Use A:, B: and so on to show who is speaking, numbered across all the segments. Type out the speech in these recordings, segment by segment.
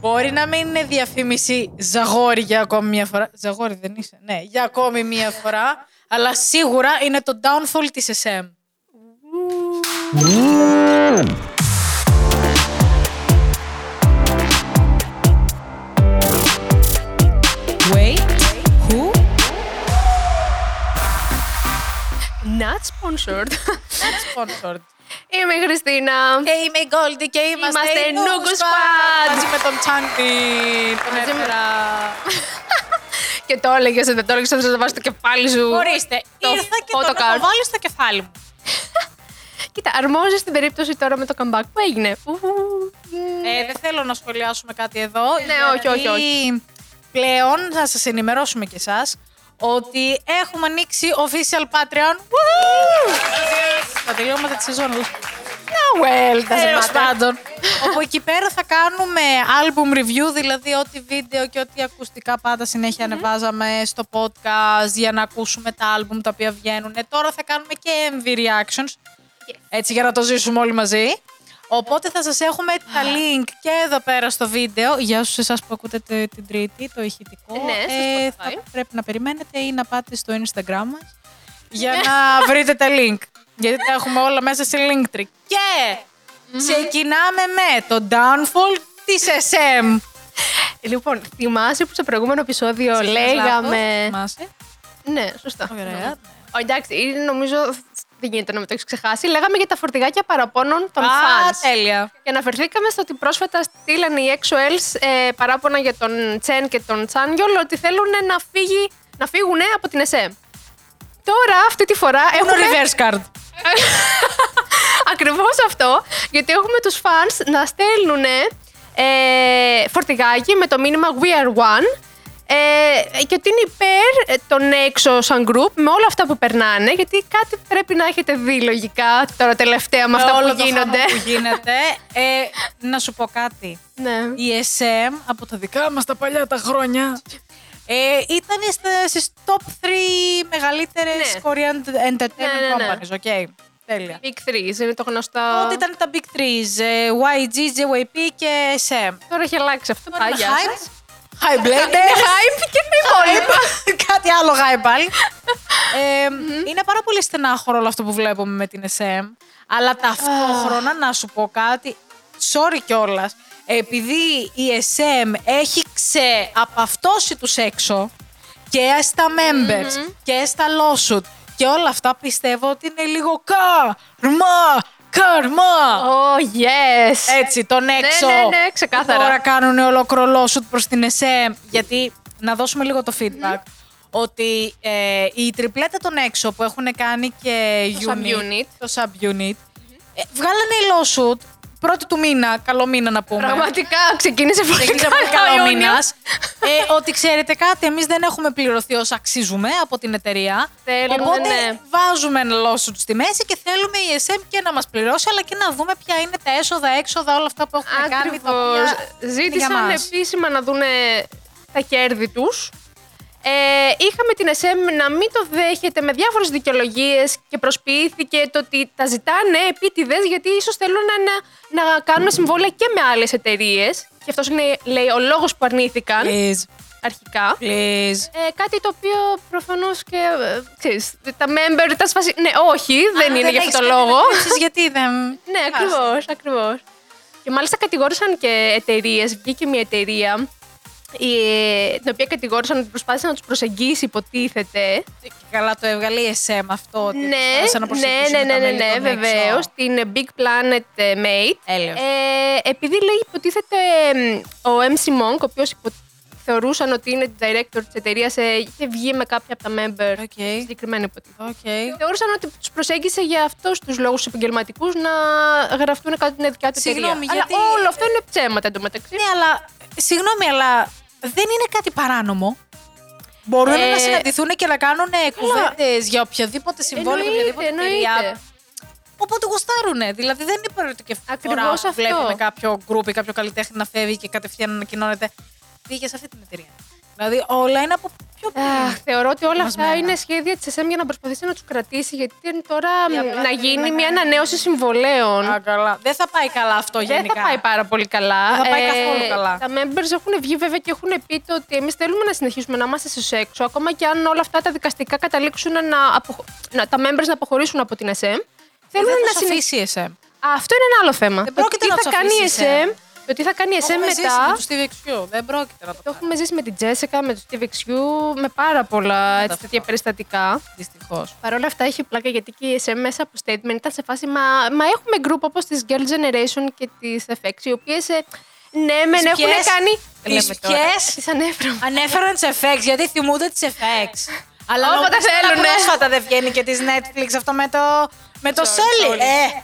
A: Μπορεί να μην είναι διαφήμιση ζαγόρι για ακόμη μία φορά. Ζαγόρι δεν είσαι. Ναι, για ακόμη μία φορά. Αλλά σίγουρα είναι το downfall της SM.
B: Wait, who? Not sponsored.
A: Sponsored.
B: Είμαι η Χριστίνα.
A: Και είμαι η Goldie και είμαστε,
B: Είμαστε
A: οι Noogoo
B: Noogoo
A: Squad.
B: Squad.
A: Μαζί με τον Τσάντι, τον
B: Μαζί με-
A: έφερα.
B: και το έλεγες, δεν το έλεγες, θα σα βάζω το κεφάλι σου.
A: Ορίστε,
B: Το
A: ήρθα και τον
B: photocard.
A: έχω βάλει στο κεφάλι μου.
B: Κοίτα, αρμόζεις στην περίπτωση τώρα με το comeback που έγινε. Ου, μ.
A: Ε, δεν θέλω να σχολιάσουμε κάτι εδώ.
B: Ναι, όχι, όχι,
A: όχι. Πλέον θα σας ενημερώσουμε κι εσάς ότι έχουμε ανοίξει official Patreon. Woohoo! Τα τελειώματα της σεζόν.
B: Ah, well,
A: Τέλο
B: doesn't matter.
A: πάντων. Όπου εκεί πέρα θα κάνουμε album review, δηλαδή ό,τι βίντεο και ό,τι ακουστικά πάντα συνέχεια ανεβάζαμε στο podcast για να ακούσουμε τα album τα οποία βγαίνουν. Ε, Τώρα θα κάνουμε και MV reactions. Έτσι για να το ζήσουμε όλοι μαζί. Οπότε θα σας έχουμε τα link και εδώ πέρα στο βίντεο. Για όσους εσάς που ακούτε τε- την Τρίτη, το ηχητικό. ε,
B: Ναι, στο
A: θα
B: Spotify.
A: πρέπει να περιμένετε ή να πάτε στο Instagram μας για
B: Ναι.
A: να βρείτε τα link. Γιατί τα έχουμε όλα μέσα σε Linktree. Και ξεκινάμε με το downfall της SM.
B: Λοιπόν, θυμάσαι που στο προηγούμενο επεισόδιο λέγαμε.
A: Θυμάσαι.
B: Ναι, σωστά.
A: Ωραία,
B: Ναι.
A: ναι.
B: Ο, εντάξει, είναι, νομίζω δεν γίνεται να με το έχεις ξεχάσει. Λέγαμε για τα φορτηγάκια παραπώνων των
A: Α,
B: fans.
A: τέλεια.
B: Και αναφερθήκαμε στο ότι πρόσφατα στείλανε οι XOLs ε, παράπονα για τον Τσεν και τον Τσάνγιολ ότι θέλουν να, φύγει, να φύγουν από την ΕΣΕ. Τώρα, αυτή τη φορά
A: Έχουν
B: έχουμε
A: reverse card.
B: ακριβώς αυτό, γιατί έχουμε τους fans να στέλνουν ε, φορτηγάκι με το μήνυμα We are one ε, και ότι είναι υπέρ ε, των έξω σαν group με όλα αυτά που περνάνε, γιατί κάτι πρέπει να έχετε δει λογικά τώρα τελευταία με
A: Με
B: αυτά
A: Ε, όλο
B: που
A: το χαμό
B: γίνονται.
A: Που γίνεται. Ε, να σου πω κάτι.
B: ναι.
A: Η SM από τα δικά μας τα παλιά τα χρόνια ε, ήταν στα- στις top 3 μεγαλύτερες
B: Ναι.
A: Korean entertainment
B: Ναι, ναι, ναι.
A: companies. Οκ. Τέλεια.
B: Big Threes είναι το γνωστό.
A: Τότε ήταν τα big threes. ε, YG, JYP και SM.
B: Τώρα έχει αλλάξει αυτό.
A: Τώρα
B: Πάει,
A: είναι
B: γεια
A: hype.
B: σας.
A: Hype
B: Είναι
A: Blender.
B: hype και τα υπόλοιπα.
A: Κάτι άλλο hype πάλι. Ε, Είναι πάρα πολύ στενάχωρο όλο αυτό που βλέπουμε με την SM. Αλλά ταυτόχρονα να σου πω κάτι. Sorry κιόλας. Επειδή η SM έχει ξεαπαυτώσει τους έξω και στα members και στα lawsuit και όλα αυτά πιστεύω ότι είναι λίγο καρμα, καρμα.
B: Oh, yes.
A: Έτσι, τον έξω.
B: ναι, ναι, ξεκάθαρα.
A: που Τώρα κάνουν ολόκληρο σουτ προς την ΕΣΕ. Γιατί να δώσουμε λίγο το
B: Ναι.
A: feedback. Ότι ε, η τριπλέτα των έξω που έχουν κάνει και
B: Το subunit.
A: το subunit, ε, βγάλανε lawsuit πρώτη του μήνα, καλό μήνα να πούμε.
B: Πραγματικά ξεκίνησε πολύ
A: Ξεκίνησε από
B: καλά
A: καλό
B: ο Ιούνιος.
A: μήνας. Ε, ότι ξέρετε κάτι, εμείς δεν έχουμε πληρωθεί όσα αξίζουμε από την εταιρεία.
B: Θέλουμε,
A: οπότε
B: ναι.
A: βάζουμε ένα lawsuit στη μέση και θέλουμε η SM και να μας πληρώσει, αλλά και να δούμε ποια είναι τα έσοδα, έξοδα, όλα αυτά που έχουμε κάνει. τα οποία
B: Ακριβώς.
A: είναι για
B: Ζήτησαν
A: μας.
B: επίσημα να δουν τα κέρδη τους. Ε, είχαμε την SM να μην το δέχεται με διάφορες δικαιολογίες και προσποιήθηκε το ότι τα ζητάνε επίτηδες γιατί ίσως θέλουν να, να, να κάνουν συμβόλαια και με άλλες εταιρείες. Και αυτός είναι λέει, ο λόγος που αρνήθηκαν
A: Please,
B: αρχικά.
A: please.
B: Ε, κάτι το οποίο προφανώς και. ε, ξέρεις, τα member ήταν σφασί. Ναι, όχι, δεν είναι για
A: έχεις
B: αυτόν τον
A: κάτι να
B: λόγο.
A: κρύψεις, γιατί δεν.
B: ναι, ακριβώς, ακριβώς. Και μάλιστα κατηγόρησαν και εταιρείες. Βγήκε μια εταιρεία η- την οποία κατηγόρησαν ότι προσπάθησε να τους προσεγγίσει, υποτίθεται.
A: Και Καλά το έβγαλε η SM αυτό. ότι προσπάθησε να
B: Ναι,
A: προσεγγίσει
B: ναι, ναι,
A: με τα
B: ναι, ναι,
A: μέλη
B: ναι
A: των έξω.
B: βεβαίως. Την Big Planet ε, Mate.
A: Έλεος.
B: Ε, επειδή λέει, υποτίθεται εμ, ο MC Monk, ο οποίος θεωρούσαν ότι είναι director της εταιρείας, ε, είχε βγει με κάποια από τα member.
A: Οκ.
B: Συγκεκριμένα υποτίθεται.
A: Οκ.
B: Θεώρησαν ότι τους προσέγγισε για αυτούς τους λόγους επαγγελματικούς να γραφτούν κάτω την δικιά του
A: Συγγνώμη,
B: εταιρεία.
A: γιατί-
B: Αλλά όλο αυτό είναι ψέματα εντωμεταξύ.
A: Ναι, αλλά. Συγγνώμη, αλλά δεν είναι κάτι παράνομο. Μπορούν
B: Ε,
A: να συναντηθούν και να κάνουν κουβέντες για οποιοδήποτε συμβόλαιο, για οποιαδήποτε εταιρεία. Οπότε γουστάρουνε. Δηλαδή δεν είναι πρώτη και
B: Ακριβώς
A: φορά
B: αυτό.
A: που βλέπουμε κάποιο γκρουπ ή κάποιο καλλιτέχνη να φεύγει και κατευθείαν να ανακοινώνεται. Πήγε σε αυτή την εταιρεία. Δηλαδή όλα είναι από Πιο πολύ.
B: Αχ, θεωρώ ότι όλα αυτά
A: Μας μένα.
B: είναι σχέδια της ΕΣΕΜ για να προσπαθήσει να τους κρατήσει, γιατί είναι τώρα
A: Για
B: μ,
A: απλά
B: να
A: θέλει
B: γίνει
A: να
B: μια
A: κάνει-
B: ανανέωση συμβολέων.
A: Α, καλά. Δεν θα πάει καλά αυτό
B: ε. Δεν
A: γενικά.
B: θα πάει πάρα πολύ καλά.
A: Δεν θα πάει καθόλου καλά.
B: Τα members έχουν βγει βέβαια και έχουν πει το ότι εμείς θέλουμε να συνεχίσουμε να είμαστε στους έξω, ακόμα και αν όλα αυτά τα δικαστικά καταλήξουν να, αποχω... να τα members να αποχωρήσουν από την SM. Θέλουν
A: Δεν θα
B: να Ε,
A: σου
B: συνεχίσουν.
A: αφήσει εσύ.
B: Αυτό είναι ένα άλλο θέμα.
A: Δεν
B: Το
A: πρόκειται
B: τι
A: να
B: θα
A: τους
B: κάνει η
A: αφήσεις, ε.
B: SM, το τι θα κάνει η SM
A: Έχουμε ζήσει
B: μετά.
A: με τους TVXQ. Δεν πρόκειται να το
B: Το
A: κάνει.
B: έχουμε ζήσει με την Τζέσικα, με τους TVXQ, με πάρα πολλά έτσι, τέτοια περιστατικά.
A: Δυστυχώς.
B: Παρ' όλα αυτά είχε πλάκα γιατί και η SM μέσα από statement ήταν σε φάση μα, μα έχουμε group όπως της Girl Generation και της FX, οι οποίες. ναι, μεν
A: Τις
B: έχουν
A: ποιες?
B: κάνει.
A: Τις ποιες?
B: Τις ανέφερα.
A: Ανέφεραν τις FX γιατί θυμούνται τις FX. Αλλά
B: Όποτε
A: νομίζω τώρα
B: θέλουνε.
A: Πρόσφατα δεν βγαίνει και της Netflix αυτό με το. Με το
B: Sorry,
A: Σέλι.
B: sorry.
A: Ε,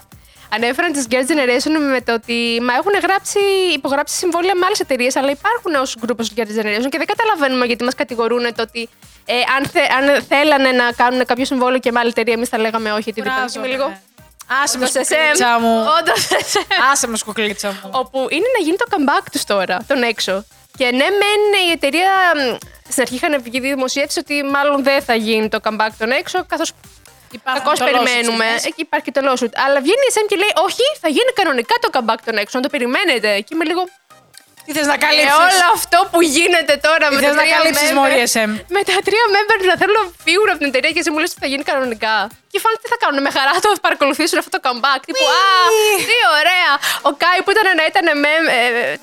B: Ανέφεραν τη Girl Generation με το ότι. Μα έχουν γράψει, υπογράψει συμβόλαια με άλλες εταιρείες, αλλά υπάρχουν ως group ως Girl Generation και δεν καταλαβαίνουμε γιατί μας κατηγορούν το ότι. ε, αν, θε- αν θέλανε να κάνουν κάποιο συμβόλαιο και με άλλη εταιρεία, εμείς θα λέγαμε όχι. Τι
A: μπράβο,
B: δικαιολογούμε
A: ναι.
B: λίγο.
A: Άσε με
B: Όντως ε,
A: σκουκλίτσα μου.
B: Όντως ε, SM.
A: Άσε με σκουκλίτσα μου.
B: όπου είναι να γίνει το comeback τους τώρα, τον έξω. Και ναι, μεν η εταιρεία μ, στην αρχή είχαν βγει δημοσίευση ότι μάλλον δεν θα γίνει το comeback των έξω, καθώς
A: Υπάρχουν
B: κακώς
A: το lawsuit
B: περιμένουμε. Ε,
A: της.
B: Εκεί υπάρχει και το lawsuit. Αλλά βγαίνει η SM και λέει: Όχι, θα γίνει κανονικά το comeback των έξω, να το περιμένετε. Και είμαι λίγο.
A: Τι θες να
B: Ε,
A: καλύψεις.
B: όλο αυτό που γίνεται τώρα με τα
A: Θε να
B: τρία
A: καλύψεις
B: member-
A: μόλι SM.
B: Με τα τρία member να θέλουν να φύγουν από την εταιρεία και εσύ μου λες ότι θα γίνει κανονικά. Και φάνε τι θα κάνουν, με χαρά το παρακολουθήσουν αυτό το comeback. Τύπου, Α, τι ωραία! Ο Κάι που ήταν να ήταν mem, ε,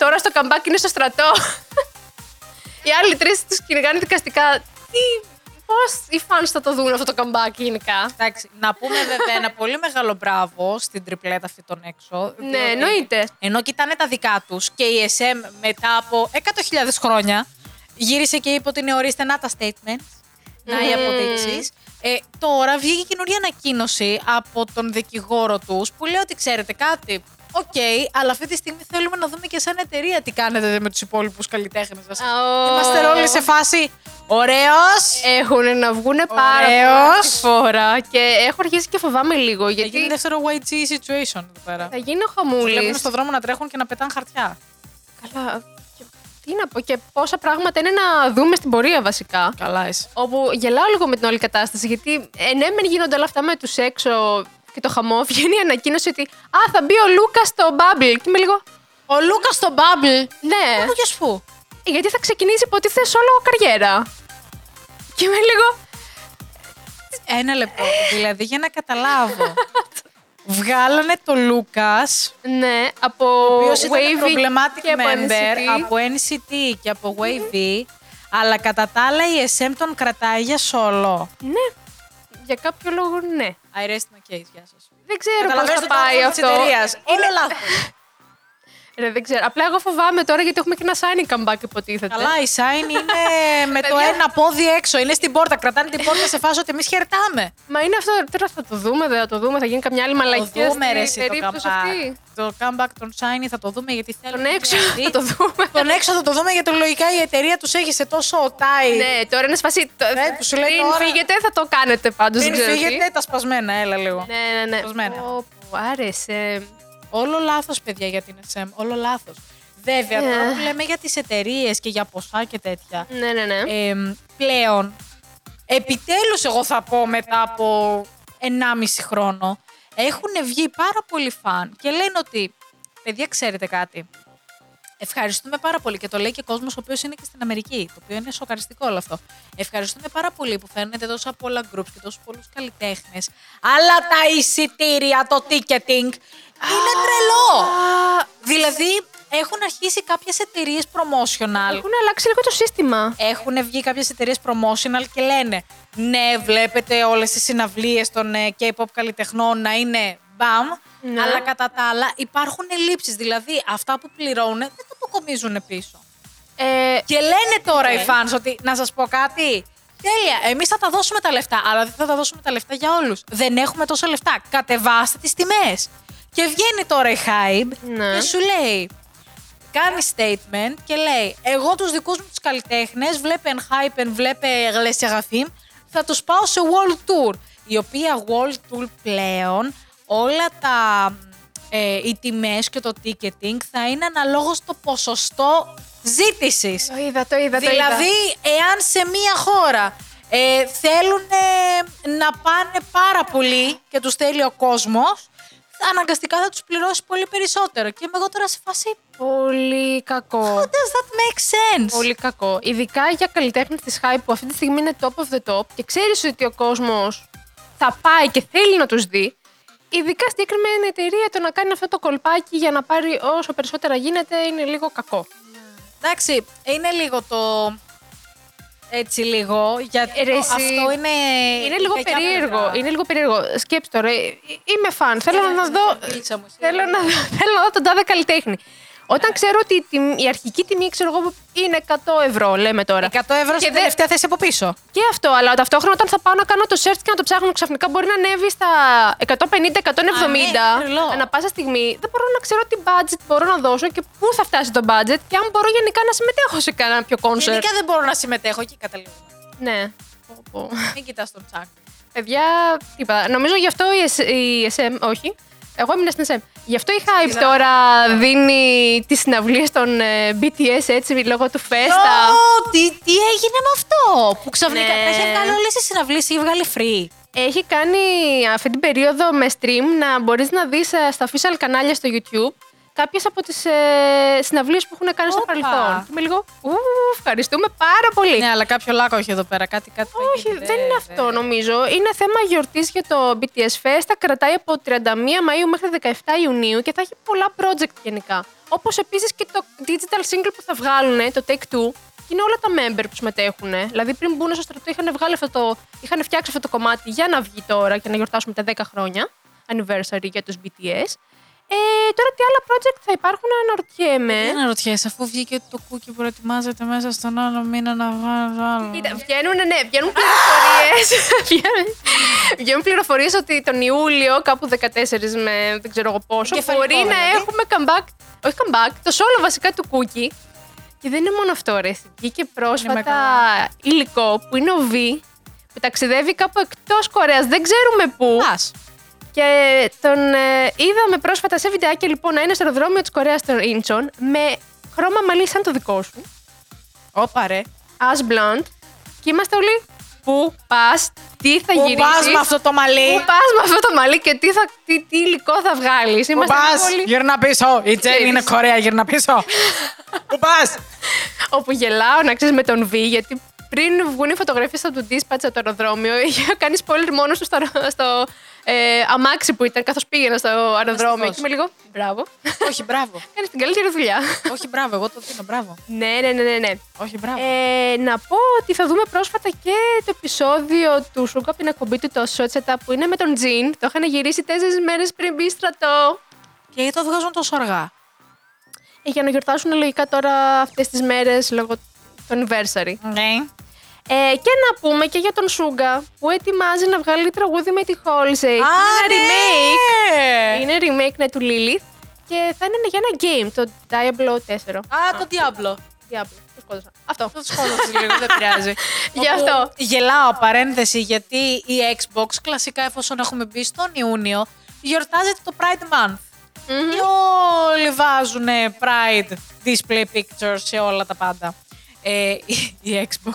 B: τώρα στο comeback είναι στο στρατό. Οι άλλοι τρεις τους κυνηγάνε δικαστικά. Τι, πώς οι fans θα το δουν αυτό το comeback γενικά.
A: Εντάξει, να πούμε βέβαια ένα πολύ μεγάλο μπράβο στην τριπλέτα αυτή των έξω.
B: Ναι,
A: διότι
B: εννοείται.
A: Ενώ κοιτάνε τα δικά τους και η SM μετά από 100.000 χρόνια γύρισε και είπε ότι είναι ορίστε να τα statements, να οι
B: Μμμ.
A: αποδείξεις. Ε, τώρα βγήκε καινούργια ανακοίνωση από τον δικηγόρο τους που λέει ότι ξέρετε κάτι. Οκ, αλλά αυτή τη στιγμή θέλουμε να δούμε και σαν εταιρεία τι κάνετε με τους υπόλοιπους καλλιτέχνες σας.
B: Αω.
A: Είμαστε όλοι σε φάση. Ωραίος!
B: Έχουν να βγουν πάρα
A: Ωραίος.
B: πολύ φορά και έχω αρχίσει και φοβάμαι λίγο
A: Θα
B: γιατί
A: γίνει δεύτερο YG situation εδώ πέρα.
B: θα γίνει ο
A: Τους
B: χαμούλης.
A: Βλέπουν στον δρόμο να τρέχουν και να πετάνε χαρτιά.
B: Καλά. και- Τι να πω και πόσα πράγματα είναι να δούμε στην πορεία βασικά.
A: Καλά, εσύ.
B: Όπου γελάω λίγο με την όλη κατάσταση, γιατί ε, ναι, μεν γίνονται όλα αυτά με τους έξω και το χαμό. Βγαίνει η ανακοίνωση ότι Α, θα μπει ο Λούκα στο Bubble. Και είμαι λίγο.
A: Ο Λούκας στον Bubble.
B: Ναι,
A: Πού και πού.
B: γιατί θα ξεκινήσει υποτίθεται solo καριέρα. Και είμαι λίγο.
A: Ένα λεπτό. δηλαδή, για να καταλάβω. Βγάλανε το Λούκας,
B: Ναι, από
A: ο οποίος ήταν
B: Wavy
A: problematic
B: και από
A: member
B: NCT.
A: από NCT και από Wavy. Αλλά κατά τα άλλα η SM τον κρατάει για solo.
B: Ναι, για κάποιο λόγο ναι.
A: I rest my case, γεια σας.
B: Δεν ξέρω πώς
A: Καταλαβαίνεις
B: θα
A: το
B: πάει
A: τρόπο της
B: αυτό.
A: εταιρείας. Είναι λάθος.
B: Ρε, δεν ξέρω. Απλά εγώ φοβάμαι τώρα γιατί έχουμε και ένα signing comeback υποτίθεται.
A: Καλά, η Σάιν είναι με το
B: Παιδιά.
A: ένα πόδι έξω. Είναι στην πόρτα. Κρατάνε την πόρτα σε φάση ότι εμείς χαιρετάμε.
B: Μα είναι αυτό, τώρα θα το δούμε, δεν θα το δούμε, θα γίνει καμιά άλλη
A: Το
B: μαλακία
A: δούμε ρε
B: στην
A: εσύ, το
B: περίπτωση
A: comeback.
B: αυτή.
A: Το comeback των Shiny θα το δούμε γιατί θέλουμε.
B: Τον έξω
A: την
B: θα
A: NCT.
B: το δούμε.
A: Τον έξω θα το δούμε γιατί λογικά η εταιρεία τους έχει σε τόσο οτάι.
B: Ναι, τώρα είναι σπασί. το-
A: Ναι, που σου λέει
B: Πριν
A: τώρα.
B: φύγετε θα το κάνετε πάντως, δεν
A: Πριν
B: ξέρω τι.
A: φύγετε τα σπασμένα, έλα λίγο.
B: Ναι, ναι, ναι.
A: Σπασμένα.
B: Όπου, άρεσε.
A: Όλο λάθος παιδιά για την SM. Όλο λάθος. Βέβαια,
B: Ναι.
A: τώρα που λέμε για τις εταιρείες και για ποσά και τέτοια.
B: Ναι, ναι, ναι.
A: εμ, πλέον, επιτέλους εγώ θα πω μετά από 1,5 χρόνο, έχουν βγει πάρα πολλοί φαν και λένε ότι, παιδιά ξέρετε κάτι, ευχαριστούμε πάρα πολύ και το λέει και κόσμος ο οποίος είναι και στην Αμερική, το οποίο είναι σοκαριστικό όλο αυτό. Ευχαριστούμε πάρα πολύ που φέρνετε τόσα πολλά groups και τόσους πολλούς καλλιτέχνες, αλλά τα εισιτήρια, το ticketing, είναι τρελό! δηλαδή, έχουν αρχίσει κάποιες εταιρείες promotional
B: Έχουν αλλάξει λίγο το σύστημα.
A: έχουν βγει κάποιες εταιρείες promotional και λένε Ναι, βλέπετε όλες τις συναυλίες των ε, K-pop καλλιτεχνών να είναι μπαμ.
B: Ναι.
A: Αλλά κατά τα άλλα υπάρχουν ελλείψεις. Δηλαδή αυτά που πληρώνουν δεν τα αποκομίζουν πίσω.
B: Ε,
A: Και λένε τώρα οι fans ότι να σας πω κάτι. Τέλεια, εμείς θα τα δώσουμε τα λεφτά, αλλά δεν θα τα δώσουμε τα λεφτά για όλους. Δεν έχουμε τόσα λεφτά. Κατεβάστε τις τιμές. Και βγαίνει τώρα η Hype
B: Ναι.
A: και σου λέει, κάνει statement και λέει, εγώ τους δικούς μου τους καλλιτέχνες, βλέπε εν Hype, εν βλέπε Γλέσια Γαφίμ, θα τους πάω σε World Tour. Η οποία World Tour πλέον, όλα τα, ε, οι τιμές και το ticketing θα είναι αναλόγως το ποσοστό ζήτησης.
B: Το είδα, το είδα, το είδα.
A: Δηλαδή, εάν σε μία χώρα ε, θέλουν ε, να πάνε πάρα πολύ και τους θέλει ο κόσμος, αναγκαστικά θα τους πληρώσει πολύ περισσότερο. Και είμαι εγώ τώρα σε φάση,
B: Πολύ
A: how
B: κακό.
A: does that make sense?
B: Πολύ κακό. Ειδικά για καλλιτέχνες της Hype που αυτή τη στιγμή είναι top of the top και ξέρεις ότι ο κόσμος θα πάει και θέλει να τους δει. Ειδικά συγκεκριμένη εταιρεία το να κάνει αυτό το κολπάκι για να πάρει όσο περισσότερα γίνεται είναι λίγο κακό.
A: Εντάξει, είναι λίγο το... Έτσι λίγο, γιατί
B: Ε, ρε,
A: το-
B: εσύ,
A: αυτό είναι...
B: Είναι
A: η
B: λίγο
A: κακιά
B: περίεργο.
A: πλευρά.
B: Είναι λίγο περίεργο. Σκέψτε τώρα. ε, ε, Είμαι φαν. Θέλω να δω.
A: Φίλησα μου, εσύ.
B: Θέλω να, δω- θέλω να δω τον τάδε καλλιτέχνη. Όταν ξέρω ότι η, τιμή- η αρχική τιμή, ξέρω εγώ, είναι 100 ευρώ, λέμε τώρα.
A: 100 ευρώ
B: Και
A: στην
B: δεν-
A: τελευταία θέση από πίσω.
B: Και αυτό, αλλά ταυτόχρονα όταν θα πάω να κάνω το search και να το ψάχνω ξαφνικά μπορεί να ανέβει στα 150-170
A: Α, ναι, τρελό.
B: ανά πάσα στιγμή. Δεν μπορώ να ξέρω τι budget μπορώ να δώσω και πού θα φτάσει το budget και αν μπορώ γενικά να συμμετέχω σε κανένα πιο concert.
A: Γενικά δεν μπορώ να συμμετέχω και καταλήγω.
B: Ναι. Πω, πω.
A: Μην κοιτάς τον τσάκ.
B: Παιδιά, τίποτα. Νομίζω γι' αυτό η, S- η SM, όχι. Εγώ ήμουν στην SM. Γι' αυτό η Hype τώρα δίνει τις συναυλίες των ε, BTS έτσι λόγω του Festa.
A: Ω, τι, τι έγινε με αυτό που ξαφνικά
B: Ναι.
A: τα είχε βγάλει όλες τις συναυλίες, είχε βγάλει free.
B: Έχει κάνει αυτή την περίοδο με stream να μπορείς να δεις ε, στα official κανάλια στο YouTube κάποιες από τις ε, συναυλίες που έχουν κάνει στο
A: Όπα.
B: παρελθόν. Και είμαι λίγο, ου, ευχαριστούμε πάρα πολύ.
A: Ναι, αλλά κάποιο λάκκο έχει εδώ πέρα, κάτι κάτι. θα
B: Όχι,
A: γίνεται,
B: δεν είναι
A: δε.
B: αυτό νομίζω. Είναι θέμα γιορτής για το BTS Fest. Θα κρατάει από 31 Μαΐου μέχρι 17 Ιουνίου και θα έχει πολλά project γενικά. Όπως επίσης και το digital single που θα βγάλουν, το Take Two, και είναι όλα τα member που συμμετέχουν. Δηλαδή πριν μπουν στο στρατό είχαν, βγάλει αυτό το, είχαν φτιάξει αυτό το κομμάτι για να βγει τώρα και να γιορτάσουμε τα 10 χρόνια anniversary για τους BTS. Ε, τώρα τι άλλα project θα υπάρχουν αναρωτιέμαι.
A: Δεν αναρωτιέσαι, αφού βγήκε ότι το κούκι προετοιμάζεται μέσα στον άλλο μήνα να βάλει άλλο.
B: Κοίτα, βγαίνουν, ναι, βγαίνουν πληροφορίες. βγαίνουν, βγαίνουν πληροφορίες ότι τον Ιούλιο, κάπου 14 με δεν ξέρω εγώ πόσο,
A: Εγκεφαλικό,
B: μπορεί να
A: δηλαδή.
B: έχουμε comeback. Όχι comeback, το solo βασικά του Κούκι. Και δεν είναι μόνο αυτό, ρε. Βγήκε πρόσφατα
A: καλά.
B: υλικό που είναι ο V, που ταξιδεύει κάπου εκτός Κορέας. Δεν ξέρουμε πού.
A: Πας.
B: Και τον ε, είδαμε πρόσφατα σε βιντεάκι λοιπόν να είναι στο αεροδρόμιο της Κορέας των Ίντσον με χρώμα μαλλί σαν το δικό σου.
A: Όπα ρε.
B: As Blonde και είμαστε όλοι που πας, τι θα
A: Που
B: γυρίσεις,
A: πας με αυτό το μαλλί.
B: που πας με αυτό το μαλλί και τι, θα, τι, τι υλικό θα βγάλεις.
A: Που
B: Είμαστε
A: πας,
B: όλοι
A: γυρνά πίσω. Η Τζέν
B: Ξέρεις.
A: είναι Κορέα, γυρνά πίσω. Που πας.
B: όπου γελάω να ξέρεις με τον Β γιατί πριν βγουν οι φωτογραφίες από τον Dispatch από το αεροδρόμιο είχε κάνει spoiler μόνο του στο, αερο- στο ε, αμάξι που ήταν καθώς πήγαινα στο αεροδρόμιο
A: Αστυχώς.
B: και με λίγο μπράβο,
A: Όχι, μπράβο.
B: κάνεις την καλύτερη δουλειά.
A: Όχι, μπράβο, εγώ το δίνω, μπράβο.
B: ναι, ναι, ναι, ναι, ναι.
A: Όχι, μπράβο.
B: Ε, να πω ότι θα δούμε πρόσφατα και το επεισόδιο του Σούγκα την εκπομπή του το Σότσετα που είναι με τον Τζιν. Το είχαν γυρίσει τέσσερις μέρες πριν μπει στρατό.
A: Και γιατί το βγάζουν τόσο αργά.
B: Ε, για να γιορτάσουν λογικά τώρα αυτές τις μέρες λόγω του anniversary.
A: Ναι.
B: Ε, και να πούμε και για τον Σούγκα που ετοιμάζει να βγάλει τραγούδι με τη
A: Α,
B: Χόλσεϊ. Ε, Είναι remake.
A: ναι.
B: Είναι remake ναι, του Lilith και θα είναι για ένα game, το Diablo 4.
A: Α, το Diablo.
B: Diablo, το σκότωσα. Αυτό.
A: Το σκότωσες λίγο, δεν πειράζει.
B: Γι'
A: Όπου
B: αυτό.
A: Γελάω παρένθεση γιατί η Xbox κλασικά εφόσον έχουμε μπει στον Ιούνιο γιορτάζεται το Pride Month.
B: Μμμ.
A: Και όλοι βάζουν Pride display pictures σε όλα τα πάντα. Ε, η- η Xbox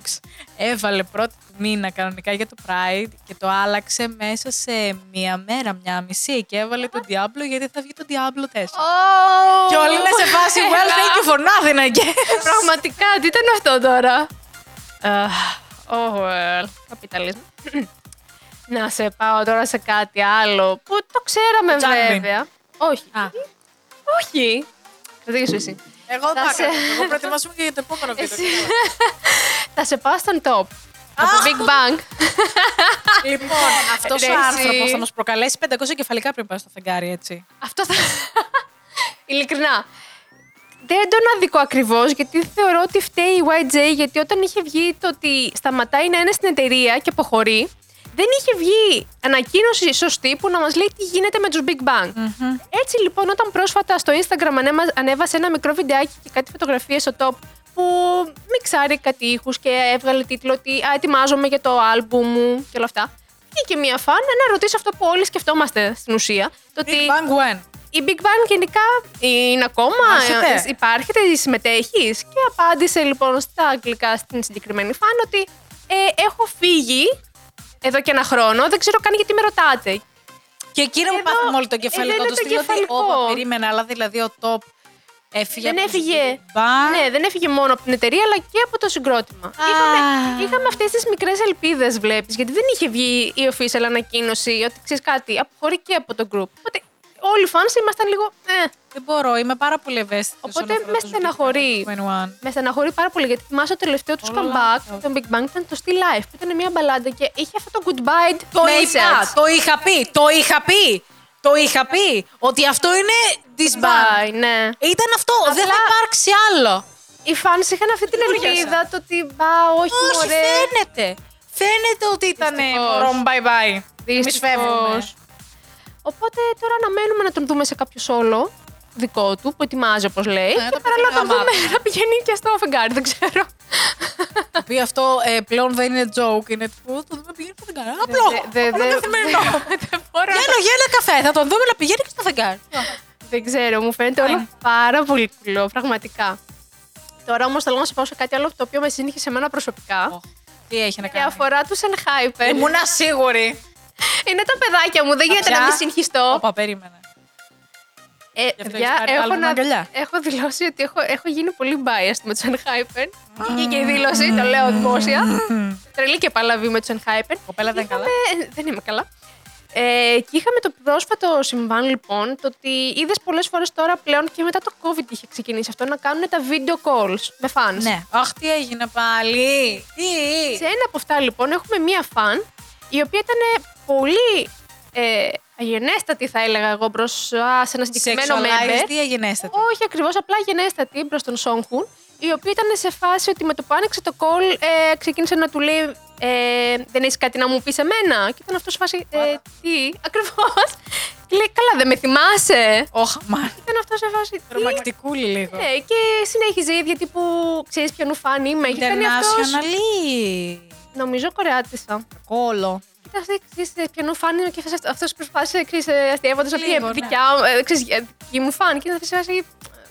A: έβαλε πρώτη του μήνα κανονικά για το Pride και το άλλαξε μέσα σε μία μέρα, μία μισή και έβαλε τον Diablo γιατί θα βγει το Diablo 4.
B: Oh!
A: Και όλοι είναι σε φάση, well,
B: Έλα.
A: thank you for nothing, I guess.
B: Πραγματικά, τι ήταν αυτό τώρα.
A: Ε,
B: Αχ, Oh well, καπιταλισμός. Να σε πάω τώρα σε κάτι άλλο που το ξέραμε
A: Το Charmin.
B: βέβαια. Όχι.
A: Α.
B: Όχι. Κρατήγησου εσύ.
A: Εγώ
B: Θα
A: θα
B: σε-
A: Εγώ προετοιμάσουμε και για το επόμενο βίντεο.
B: Εσύ. Θα σε πάω στον top. Από
A: Αχ.
B: Big Bang.
A: λοιπόν, αυτός
B: Ρε,
A: ο
B: εσύ.
A: άνθρωπος θα μας προκαλέσει 500 κεφαλικά πριν πάει στο φεγγάρι, έτσι.
B: Αυτό θα. Ειλικρινά. Δεν τον αδικό ακριβώς, γιατί θεωρώ ότι φταίει η YJ, γιατί όταν είχε βγει το ότι σταματάει να είναι στην εταιρεία και αποχωρεί, δεν είχε βγει ανακοίνωση σωστή που να μας λέει τι γίνεται με τους Big Bang. Έτσι λοιπόν, όταν πρόσφατα στο Instagram ανέμα- ανέβασε ένα μικρό βιντεάκι και κάτι φωτογραφίες στο top που μιξάρει κάτι ήχους και έβγαλε τίτλο ότι «Α, ετοιμάζομαι για το άλμπουμ μου και όλα αυτά. Βγήκε μία φαν να ρωτήσει αυτό που όλοι σκεφτόμαστε στην ουσία. Το
A: Big
B: ότι
A: Bang One.
B: η Big Bang γενικά είναι ακόμα,
A: Άρχεται.
B: ε, υπάρχετε, συμμετέχεις. Και απάντησε λοιπόν στα αγγλικά στην συγκεκριμένη φαν ότι ε, έχω φύγει εδώ και ένα χρόνο, δεν ξέρω καν γιατί με ρωτάτε.
A: Και εκείνο που
B: Εδώ-
A: πάθαμε όλο το
B: εδώ
A: κεφαλικό
B: είναι
A: του
B: το
A: στείλω ότι
B: κεφαλικό.
A: όπα, περίμενα, αλλά δηλαδή ο top έφυγε
B: Δεν
A: από τους
B: έφυγε.
A: Big Bang.
B: Ναι, δεν έφυγε μόνο από την εταιρεία, αλλά και από το συγκρότημα. Είχαμε, είχαμε αυτές τις μικρές ελπίδες, βλέπεις, γιατί δεν είχε βγει η official ανακοίνωση ότι ξέρεις κάτι, αποχωρεί και από το group. Οπότε όλοι οι fans ήμασταν λίγο. Ε,
A: Δεν μπορώ, είμαι πάρα πολύ ευαίσθητη.
B: Οπότε με στεναχωρεί. με στεναχωρεί πάρα πολύ, γιατί θυμάσαι το τελευταίο τους
A: Όλα λάθος.
B: comeback, τον Big Bang, ήταν το Still Life, που ήταν μια μπαλάντα και είχε αυτό το goodbye
A: Το είπα,
B: concept.
A: Ναι, το είχα πει, το είχα πει. Το είχα πει ότι αυτό είναι disband.
B: Bye, ναι.
A: Ήταν αυτό, δεν θα
B: Απλά-
A: υπάρξει άλλο.
B: Οι fans είχαν αυτή την
A: Λειτουργήσα.
B: ελπίδα, το ότι μπα, όχι,
A: Όχι,
B: μωρέ.
A: φαίνεται. Φαίνεται ότι ήταν
B: Δυστυχώς.
A: μωρό μου, bye bye. Εμείς
B: Δυστυχώς.
A: φεύγουμε.
B: Οπότε τώρα αναμένουμε να τον δούμε σε κάποιο σόλο δικό του που ετοιμάζει όπως λέει.
A: Ναι,
B: και
A: το
B: παράλληλα
A: πετάει
B: τον δούμε
A: γαμάτο.
B: να πηγαίνει και στο φεγγάρι, δεν ξέρω.
A: Το οποίο αυτό ε, πλέον δεν είναι joke, είναι τύπου. Το δούμε πηγαίνει στο φεγγάρι. Απλό.
B: Δε- δε-
A: απλό
B: δε-
A: καθημερινό.
B: Δεν μπορώ να-
A: Γέλο, γέλο, καφέ. Θα τον δούμε να πηγαίνει και στο φεγγάρι.
B: Δεν ξέρω, μου φαίνεται όλο
A: Fine.
B: πάρα πολύ κουλό, πραγματικά. Τώρα όμως θέλω να σου πάω σε κάτι άλλο το οποίο με σύγχυσε εμένα προσωπικά.
A: Οχ, Τι έχει να
B: Και
A: κάνει.
B: αφορά τους Enhypen.
A: Ήμουνα σίγουρη.
B: Είναι τα παιδάκια μου, δεν γίνεται να
A: Ποια?
B: μην συγχυστώ.
A: Όπα, περίμενα.
B: Ε,
A: αυτό
B: παιδιά,
A: έχεις πάρει το
B: έχω,
A: άλμπουμ
B: να...
A: αγκαλιά.
B: έχω δηλώσει ότι έχω, έχω γίνει πολύ biased με του Enhypen. Βγήκε και η δήλωση, το λέω δημόσια. Τρελή και παλαβή με του Enhypen.
A: Κοπέλα δεν καλά.
B: Είχαμε- Δεν είμαι καλά. Ε, και είχαμε το πρόσφατο συμβάν λοιπόν, το ότι είδες πολλές φορές τώρα πλέον και μετά το COVID είχε ξεκινήσει αυτό να κάνουν τα video calls με fans.
A: Ναι. Αχ, τι έγινε πάλι. Τι.
B: Σε ένα από αυτά λοιπόν έχουμε μία φαν η οποία ήταν πολύ ε, αγενέστατη θα έλεγα εγώ μπροστά σε ένα συγκεκριμένο
A: Sexualized
B: member.
A: ή αγενέστατη.
B: Όχι ακριβώς, απλά γενέστατη προς τον Σόγχουν, η οποία ήταν σε φάση ότι με το που άνοιξε το call ε, ξεκίνησε να του λέει ε, Δεν έχεις κάτι να μου πεις εμένα. Και ήταν αυτός σε φάση. Ε, τι, ακριβώς. Και λέει, Καλά, δεν με θυμάσαι.
A: Όχι, μα.
B: Ήταν αυτός σε φάση. «Τι».
A: Τρομακτικούλη λίγο.
B: Ναι, και συνέχιζε η ίδια τύπου ξέρεις ποιον ουφάν είμαι. Και ήταν αυτός.
A: Internationally.
B: Νομίζω Κορεάτισσα.
A: Κόλο.
B: Κοίταξε, ξέρει ποιον ουφάν είναι και αυτό προσπάθησε αστείευοντας ότι
A: Λίγο,
B: ε,
A: ναι.
B: δικιά μου, ε, ξέρεις, ε, δική μου φαν. Και ήταν σε φάση,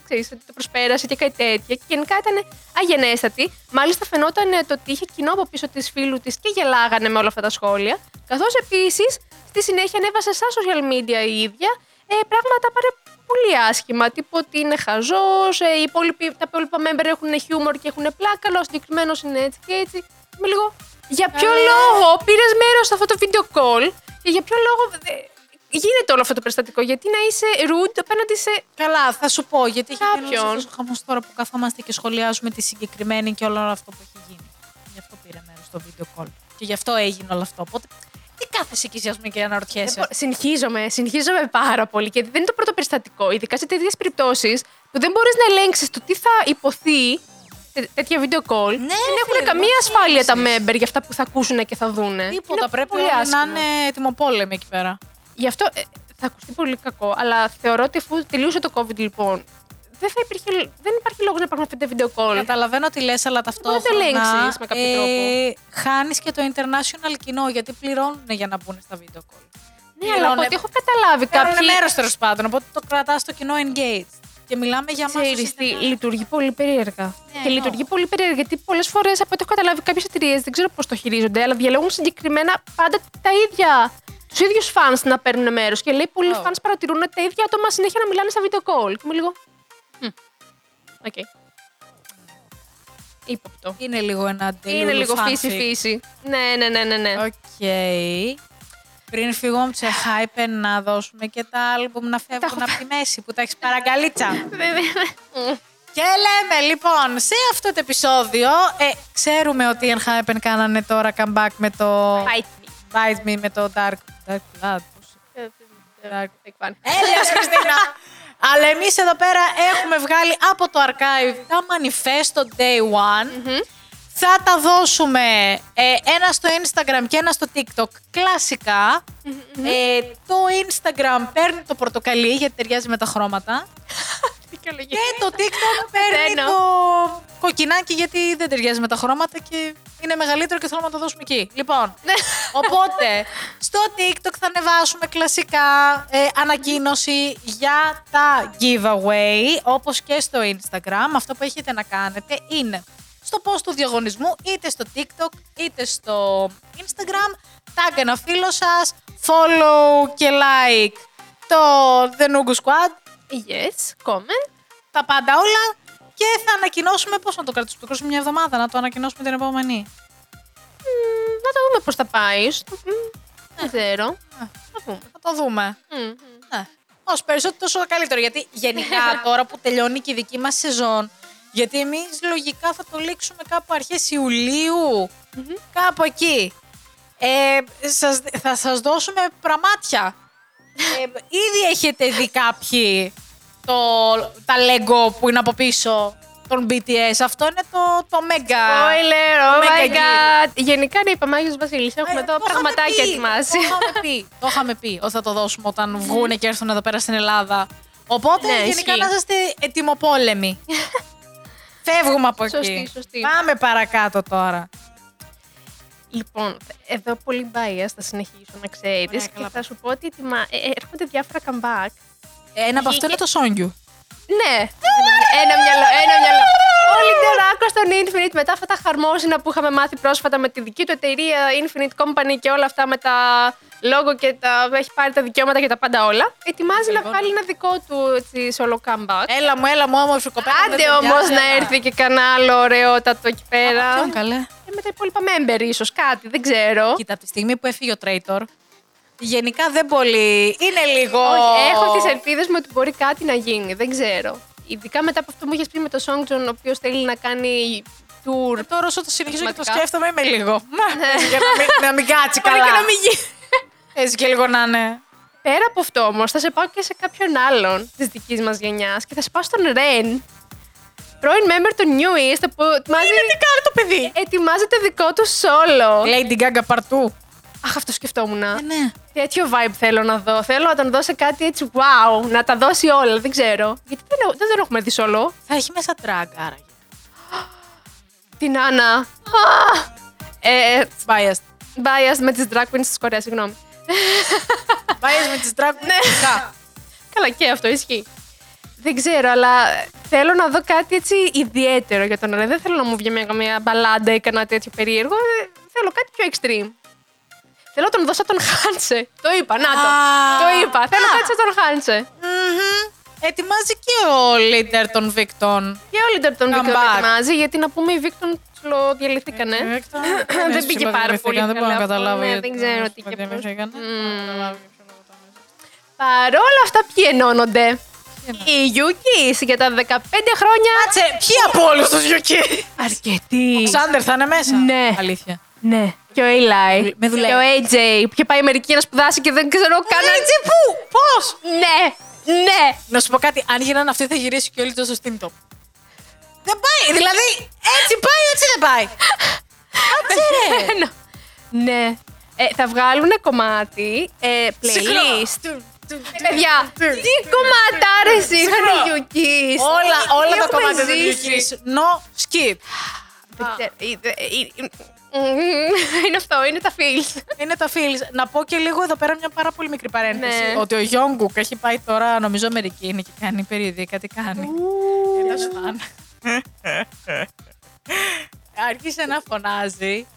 B: ξέρεις, ότι το προσπέρασε και κάτι τέτοια. Και γενικά ήταν αγενέστατη. Μάλιστα φαινόταν ε, το ότι είχε κοινό από πίσω της φίλου της και γελάγανε με όλα αυτά τα σχόλια. Καθώς επίσης στη συνέχεια ανέβασε στα social media η ίδια ε, πράγματα πάρα πολύ άσχημα. Τύπου ότι είναι χαζός, οι υπόλοιποι, τα υπόλοιπα member έχουν χιούμορ και έχουν πλάκα, αλλά ο συγκεκριμένος είναι έτσι και έτσι. Είμαι λίγο. Για ποιο
A: Καλά.
B: λόγο πήρες μέρος σε αυτό το video call και για ποιο λόγο. ε, γίνεται όλο αυτό το περιστατικό. Γιατί να είσαι rude απέναντι σε.
A: Καλά, θα σου πω γιατί έχει γίνει
B: Κάποιον.
A: ο χαμός τώρα που καθόμαστε και σχολιάζουμε τη συγκεκριμένη και όλο αυτό που έχει γίνει. Γι' αυτό πήρε μέρος στο video call. Και γι' αυτό έγινε όλο αυτό. Οπότε τι κάθεσαι εκεί, ας πούμε, και αναρωτιέσαι.
B: Λοιπόν, Συγχύζομαι, συγχύζομαι πάρα πολύ. Γιατί δεν είναι το πρώτο περιστατικό. Ειδικά σε τέτοιες περιπτώσεις που δεν μπορείς να ελέγξεις το τι θα υποθεί σε τέτοια video call.
A: Ναι,
B: δεν
A: ρε
B: έχουν
A: φίλε,
B: καμία
A: δεν
B: ασφάλεια τα
A: ξέρεις.
B: member για αυτά που θα ακούσουν και θα δούνε.
A: Τίποτα.
B: ε, Είναι
A: Πρέπει
B: πολύ
A: όλοι να
B: άσχημο.
A: είναι ετοιμοπόλεμοι εκεί πέρα.
B: Γι' αυτό ε, θα ακουστεί πολύ κακό, αλλά θεωρώ ότι αφού τελείωσε το COVID, λοιπόν, δεν, θα υπήρχε, δεν υπάρχει λόγος να υπάρχουν αυτά τα video
A: Ε,
B: call.
A: Καταλαβαίνω τι λες, αλλά ταυτόχρονα.
B: ελέγξεις με κάποιο τρόπο.
A: Χάνεις και το international κοινό γιατί πληρώνουν για να μπουν στα video call.
B: Ναι, αλλά από ό,τι έχω καταλάβει,
A: Κάνουν
B: κάποιοι.
A: μέρος τέλος πάντων. Οπότε το κρατάς το κοινό engaged. Και μιλάμε για μας.
B: Ξέρεις τι, λειτουργεί πολύ περίεργα. και
A: εννοώ.
B: λειτουργεί πολύ περίεργα γιατί πολλές φορές από ό,τι έχω καταλάβει κάποιες εταιρείες δεν ξέρω πώς το χειρίζονται, αλλά διαλέγουν συγκεκριμένα πάντα τα ίδια. Τους ίδιους fans να παίρνουν μέρος. Και λέει πολλοί
A: Oh.
B: fans παρατηρούν ότι τα ίδια άτομα συνέχεια να μιλάνε στα video call. Και είμαι λίγο. «Μμ, Οκ. Ύποπτο.
A: Είναι λίγο ένα τελείω.
B: Είναι λίγο φύση-φύση. Ναι, ναι, ναι, ναι. ναι.
A: Οκ. Πριν φύγω από σε hype να δώσουμε και τα άλμπουμ να φεύγουν από τη μέση που τα έχεις παραγκαλίτσα. Και λέμε λοιπόν σε αυτό το επεισόδιο, ε, ξέρουμε ότι οι Enhypen κάνανε τώρα comeback με το
B: Fight me.
A: Bite Me με το Dark, dark Blood. πώς-
B: Ε, ε, take one.
A: Έλεος Χριστίνα. Αλλά εμείς εδώ πέρα έχουμε βγάλει από το archive τα manifesto day one. Θα τα δώσουμε ε, ένα στο Instagram και ένα στο TikTok κλασικά. Ε, το Instagram παίρνει το πορτοκαλί γιατί ταιριάζει με τα χρώματα.
B: Δικαιολογία.
A: Και το TikTok παίρνει
B: Πεθαίνω.
A: το κοκκινάκι γιατί δεν ταιριάζει με τα χρώματα και είναι μεγαλύτερο και θέλουμε να το δώσουμε εκεί. Λοιπόν, οπότε στο TikTok θα ανεβάσουμε κλασικά ε, ανακοίνωση για τα giveaway, όπως και στο Instagram. Αυτό που έχετε να κάνετε είναι στο post του διαγωνισμού, είτε στο TikTok, είτε στο Instagram. Tag ένα φίλο σας, follow και like το The Nugu Squad
B: Yes, comment.
A: τα πάντα όλα και θα ανακοινώσουμε πώς να το κρατήσουμε. Το κρατήσουμε μια εβδομάδα, να το ανακοινώσουμε την επόμενη.
B: Μμμ, να το δούμε πώς θα πάει. Στο- μμμ, Δεν ξέρω.
A: Ε.
B: Θα δούμε.
A: Θα το δούμε.
B: Μμμ.
A: Ναι. Όσο περισσότερο, τόσο καλύτερο. Γιατί γενικά τώρα που τελειώνει και η δική μας σεζόν, γιατί εμείς λογικά θα το λήξουμε κάπου αρχές Ιουλίου, κάπου εκεί. Ε, σας, θα σας δώσουμε πραμάτια. ε, ήδη έχετε δει κάποιοι το, τα Lego που είναι από πίσω των BTS. Αυτό είναι το, το mega.
B: Spoiler, oh my
A: Mega
B: god. Γενικά ναι, είπαμε Άγιος Βασίλης, έχουμε
A: Ε,
B: εδώ
A: το είχαμε πει,
B: πραγματάκια
A: Το
B: ετοιμάσει.
A: είχαμε πει. Το είχαμε πει ότι θα το δώσουμε όταν βγούνε και έρθουν εδώ πέρα στην Ελλάδα. Οπότε
B: Ναι,
A: γενικά
B: ισχύει.
A: να είστε ετοιμοπόλεμοι. Φεύγουμε από εκεί.
B: Σωστή, σωστή.
A: Πάμε παρακάτω τώρα.
B: Λοιπόν, εδώ πολύ bias θα συνεχίσω να ξέρεις
A: Ωραία,
B: και
A: καλά.
B: θα σου πω ότι ετοιμα- ε, ε, έρχονται διάφορα comeback.
A: Ε, Ένα από
B: Βγήκε-
A: αυτό είναι το Σόγγιου.
B: Ναι, ένα μυαλό, ένα μυαλό. Όλη την ώρα άκουσα στον Infinite μετά αυτά τα χαρμόσυνα που είχαμε μάθει πρόσφατα με τη δική του εταιρεία Infinite Company και όλα αυτά με τα λόγο και τα έχει πάρει τα δικαιώματα και τα πάντα όλα. Ετοιμάζει να
A: Λοιπόν.
B: βάλει ένα δικό του έτσι, solo comeback.
A: Έλα μου, έλα μου, όμορφη κοπέλα. δεν
B: Άντε
A: σε
B: όμω
A: νοιάζει,
B: να
A: αλλά-
B: έρθει και κανένα άλλο ωραιότατο εκεί πέρα.
A: Ποιον καλέ.
B: Και με τα υπόλοιπα member ίσως κάτι, δεν ξέρω.
A: Κοίτα, από τη στιγμή που έφυγε ο Traitor, γενικά δεν πολύ. Είναι λίγο.
B: Όχι, έχω τις ελπίδες μου ότι μπορεί κάτι να γίνει. Δεν ξέρω. Ειδικά μετά από αυτό που μου είχες πει με τον Songjon, ο οποίος θέλει να κάνει tour.
A: Τώρα όσο το συνεχίζω και το
B: Πραγματικά. Ναι.
A: σκέφτομαι, είμαι λίγο. Για να μην- να μην κάτσει καλά.
B: και να μην
A: Έτσι και λίγο να είναι.
B: Πέρα από αυτό όμως, θα σε πάω και σε κάποιον άλλον της δικής μας γενιάς και θα σε πάω στον Ρεν. Πρώην member του New East, που ετοιμάζει,
A: Τι κάνει το παιδί.
B: ετοιμάζεται δικό του solo.
A: Lady Gaga παρτού.
B: Αχ, αυτό σκεφτόμουν.
A: Ναι.
B: Τέτοιο vibe θέλω να δω. Θέλω να τον δώσει κάτι έτσι wow, να τα δώσει όλα. Δεν ξέρω. Γιατί δεν, δεν τον έχουμε δει solo.
A: Θα έχει μέσα drag, άραγε.
B: Την Άννα. Α! Ε,
A: Biased.
B: biased με τις drag queens της Κορέας, συγγνώμη.
A: Biased με τις drag. Ναι.
B: Καλά, και αυτό ισχύει. Δεν ξέρω, αλλά θέλω να δω κάτι έτσι ιδιαίτερο για τον Ρε. Δεν θέλω να μου βγει μια, καμία μπαλάντα ή κανένα τέτοιο περίεργο. Ε, Θέλω κάτι πιο extreme. Θέλω να τον δώσω τον Χάντσε. Το είπα, να το.
A: Α.
B: το είπα. Θέλω
A: Α.
B: κάτι σαν τον Χάντσε.
A: Ετοιμάζει και ο leader των Βίκτων.
B: Και όλοι τον τον
A: Come
B: Βίκτον
A: back.
B: ετοιμάζει, γιατί να πούμε οι Βίκτον ψιλοδιαλυθήκανε. Δεν πήγε πάρα πολύ.
A: ναι, Δεν μπορώ να
B: καλά αυτό.
A: καταλάβω.
B: Ναι,
A: γιατί
B: Δεν ξέρω τι και
A: δεν
B: πώς.
A: πήγανε.
B: Παρ' όλα αυτά, ποιοι ενώνονται. Η Yuki για τα 15 χρόνια.
A: Κάτσε, ποιοι από όλους τους Yuki.
B: Αρκετοί.
A: Σάντερ θα είναι μέσα.
B: Ναι.
A: Αλήθεια.
B: Ναι. Και ο Eli.
A: Με δουλεύει.
B: Και ο AJ που είχε πάει η Αμερική να σπουδάσει και δεν ξέρω καν.
A: AJ πού, πώς.
B: Ναι. Ναι.
A: Να σου πω κάτι, αν γίνανε αυτοί θα γυρίσει και όλοι τόσο steam top. Δεν πάει, δηλαδή έτσι πάει, έτσι δεν πάει. Κάτσε ρε.
B: Εννοώ. Ναι. Ε, θα βγάλουν κομμάτι, ε, playlist. Ε, Παιδιά, τι κομματάρες είχαν οι
A: Συγχρό.
B: Yuki's.
A: Όλα, όλα
B: Τι
A: τα
B: έχουμε
A: κομμάτια δεν
B: ζήσει.
A: διοικείς. No skip.
B: Δεν ξέρω, ε, ε, ε, ε, Είναι αυτό, είναι τα feels.
A: Είναι τα feels. Να πω και λίγο εδώ πέρα μια πάρα πολύ μικρή παρένθεση.
B: Ναι.
A: Ότι ο Γιόγκουκ έχει πάει τώρα, νομίζω, Αμερική είναι και κάνει περιοδία, κάτι κάνει. Ένα φαν. Άρχισε να φωνάζει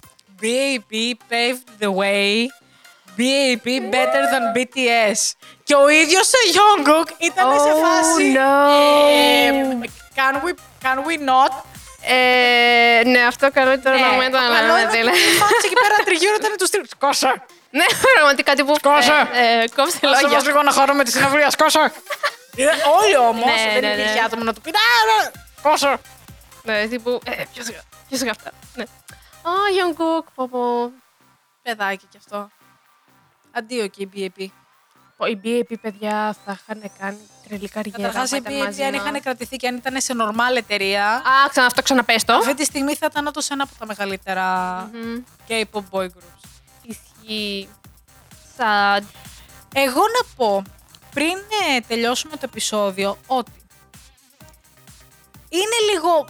A: BAP paved the way. BAP better than BTS. Και ο ίδιος ο Γιόγκουκ ήταν σε
B: Oh,
A: φάση.
B: no.
A: ε, can, we, can we not?
B: Ε, ναι, αυτό καλύτερο
A: ε,
B: να μην το αναλαμβάνετε.
A: αναλαμβάνετε. εκεί πέρα τριγύρω ήταν του στυλ. Σκόσα!
B: Ναι, πραγματικά τύπου.
A: Σκόσε.
B: ε, ε, Κόψτε
A: Άσε
B: λόγια.
A: μας λίγο να χαρούμε τη συναυλία, σκόσα! Ήταν Ε, Όλοι όμως,
B: Ναι, ναι,
A: δεν υπήρχε
B: ναι.
A: άτομο να του πει. «Α, ναι, Σκόσα!
B: Ναι, τύπου. ε, ποιος γα- Ποιος γαφτά. Ναι. Α, Γιονγκούκ, πω πω.
A: Παιδάκι κι αυτό. Αντίο και η BAP.
B: Πω, Η BAP, παιδιά, θα είχαν κάνει τρελή καριέρα.
A: Καταρχά,
B: άμα
A: η
B: ήταν μαζί
A: BAP αν
B: μας.
A: είχαν κρατηθεί και αν ήταν σε normal εταιρεία,
B: Α, ξανά αυτό, ξαναπες το.
A: αυτή τη στιγμή θα ήταν όντως ένα από τα μεγαλύτερα
B: Μμμ.
A: K-pop boy groups.
B: Ισχύει. Sad.
A: Εγώ να πω, πριν ε, τελειώσουμε το επεισόδιο, ότι είναι λίγο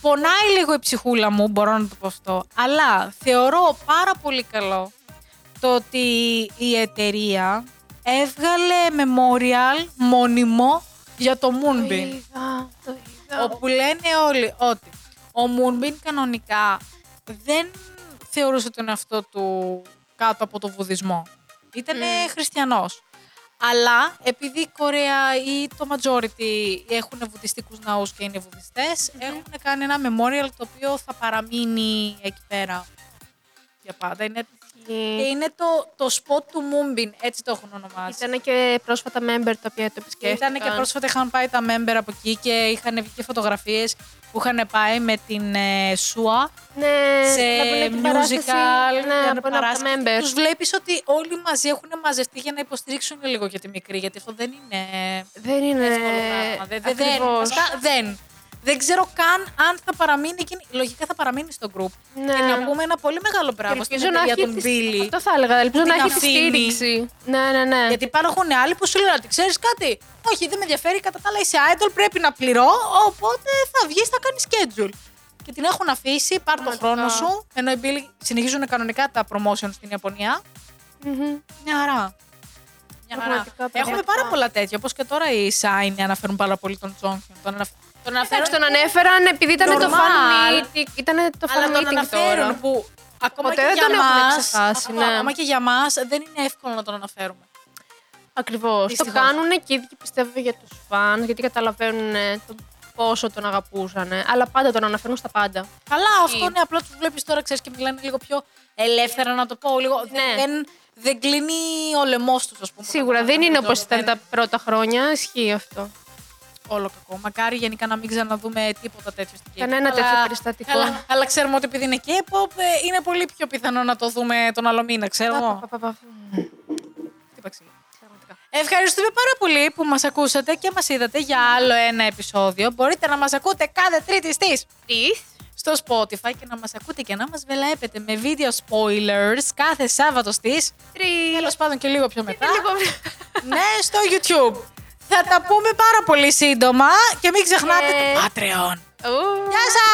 A: Πονάει λίγο η ψυχούλα μου, μπορώ να το πω αυτό. Αλλά θεωρώ πάρα πολύ καλό το ότι η εταιρεία έβγαλε memorial μόνιμο για το
B: Το
A: Moonbeam.
B: είδα, το είδα.
A: Όπου λένε όλοι ότι ο Μουνμπίν κανονικά δεν θεωρούσε τον εαυτό του κάτω από τον βουδισμό. Ήταν χριστιανός. Αλλά επειδή η Κορέα ή το majority έχουν βουδιστικούς ναούς και είναι βουδιστές, έχουν κάνει ένα memorial το οποίο θα παραμείνει εκεί πέρα για πάντα. Είναι, είναι το, το spot του Μούμπιν, έτσι το έχουν ονομάσει.
B: Ήταν και πρόσφατα member τα οποία το
A: Και
B: επισκέφτηκαν.
A: ήταν και πρόσφατα είχαν πάει τα member από εκεί και είχαν βγει και φωτογραφίες που είχαν πάει με την ε, Σουα
B: Ναι,
A: σε
B: να πούνε την παράσταση,
A: musical.
B: Ναι, από ένα από τα member.
A: Τους βλέπεις ότι όλοι μαζί έχουν μαζευτεί για να υποστηρίξουν λίγο και τη μικρή, γιατί αυτό δεν είναι.
B: Δεν είναι.
A: εύκολο πράγμα. Δεν, δεν, δεν,
B: Ε, ακριβώς.
A: βασικά δεν. Δεν ξέρω καν αν θα παραμείνει εκείνη. Λογικά θα παραμείνει στο group.
B: Ναι.
A: Και να πούμε ένα πολύ μεγάλο μπράβο στην
B: Ελπίζω να
A: εταιρεία
B: έχει
A: των
B: τη-
A: Billy.
B: Αυτό θα έλεγα. Ελπίζω να
A: Την
B: έχει τη
A: αφήνει.
B: στήριξη. Ναι, ναι, ναι.
A: Γιατί υπάρχουν άλλοι που σου λένε ότι ξέρεις κάτι. Όχι, δεν με ενδιαφέρει. Κατά τα άλλα είσαι idol, πρέπει να πληρώ. Οπότε θα βγεις, θα κάνεις schedule. Και την έχουν αφήσει, πάρ το
B: Πραγματικά.
A: χρόνο σου. Ενώ οι Billy συνεχίζουν κανονικά τα promotion στην Ιαπωνία.
B: Μμμ.
A: Μια χαρά. Μια χαρά.
B: Πραγματικά, πραγματικά.
A: Έχουμε πάρα πολλά τέτοια. Όπως και τώρα οι Shine αναφέρουν πάρα πολύ τον Τζόνχιον. Τον, αναφ... τον αναφέρουν.
B: Εντάξει, τον ανέφεραν επειδή ήταν το fan
A: Normal.
B: meeting. Ήταν το
A: Αλλά
B: fan
A: τον
B: meeting
A: αναφέρουν
B: τώρα.
A: που ακόμα
B: Ποτέ
A: και
B: δεν
A: για
B: τον έχουν
A: μας,
B: ξεχάσει,
A: ακόμα-
B: ναι.
A: ακόμα και για μας δεν είναι εύκολο να τον αναφέρουμε.
B: Ακριβώς. Το
A: Δυστυχώς.
B: κάνουν και οι ίδιοι πιστεύω για τους φαν, γιατί καταλαβαίνουν ε, το πόσο τον αγαπούσαν. Αλλά πάντα τον αναφέρουν στα πάντα.
A: Καλά, αυτό είναι απλό. Τους βλέπεις τώρα, ξέρεις και μιλάνε λίγο πιο ελεύθερα, να το πω. Λίγο,
B: Ναι.
A: δεν, δεν κλείνει ο λαιμό τους, ας πούμε.
B: Σίγουρα δεν είναι όπως ήταν τα πρώτα χρόνια. Ισχύει αυτό.
A: Όλο κακό. Μακάρι γενικά να μην ξαναδούμε τίποτα τέτοιο στην Κύπρο.
B: Κανένα
A: Αλλά-
B: τέτοιο περιστατικό.
A: Αλλά, αλλά ξέρουμε ότι επειδή είναι K-pop, ε, είναι πολύ πιο πιθανό να το δούμε τον άλλο μήνα, ξέρω εγώ.
B: Πα, πα, πα, πα.
A: Χτύπαξε. Ευχαριστούμε πάρα πολύ που μας ακούσατε και μας είδατε για άλλο ένα επεισόδιο. Μπορείτε να μας ακούτε κάθε τρίτη στις
B: Τις.
A: στο Spotify και να μας ακούτε και να μας βελαέπετε με βίντεο spoilers κάθε Σάββατο στις
B: Τρεις. Λοιπόν,
A: Τέλος πάντων και λίγο πιο μετά.
B: λίγο-
A: ναι, στο YouTube. Θα τα πούμε πάρα πολύ σύντομα και μην ξεχνάτε
B: Ε.
A: το Patreon.
B: Ου.
A: Γεια σας!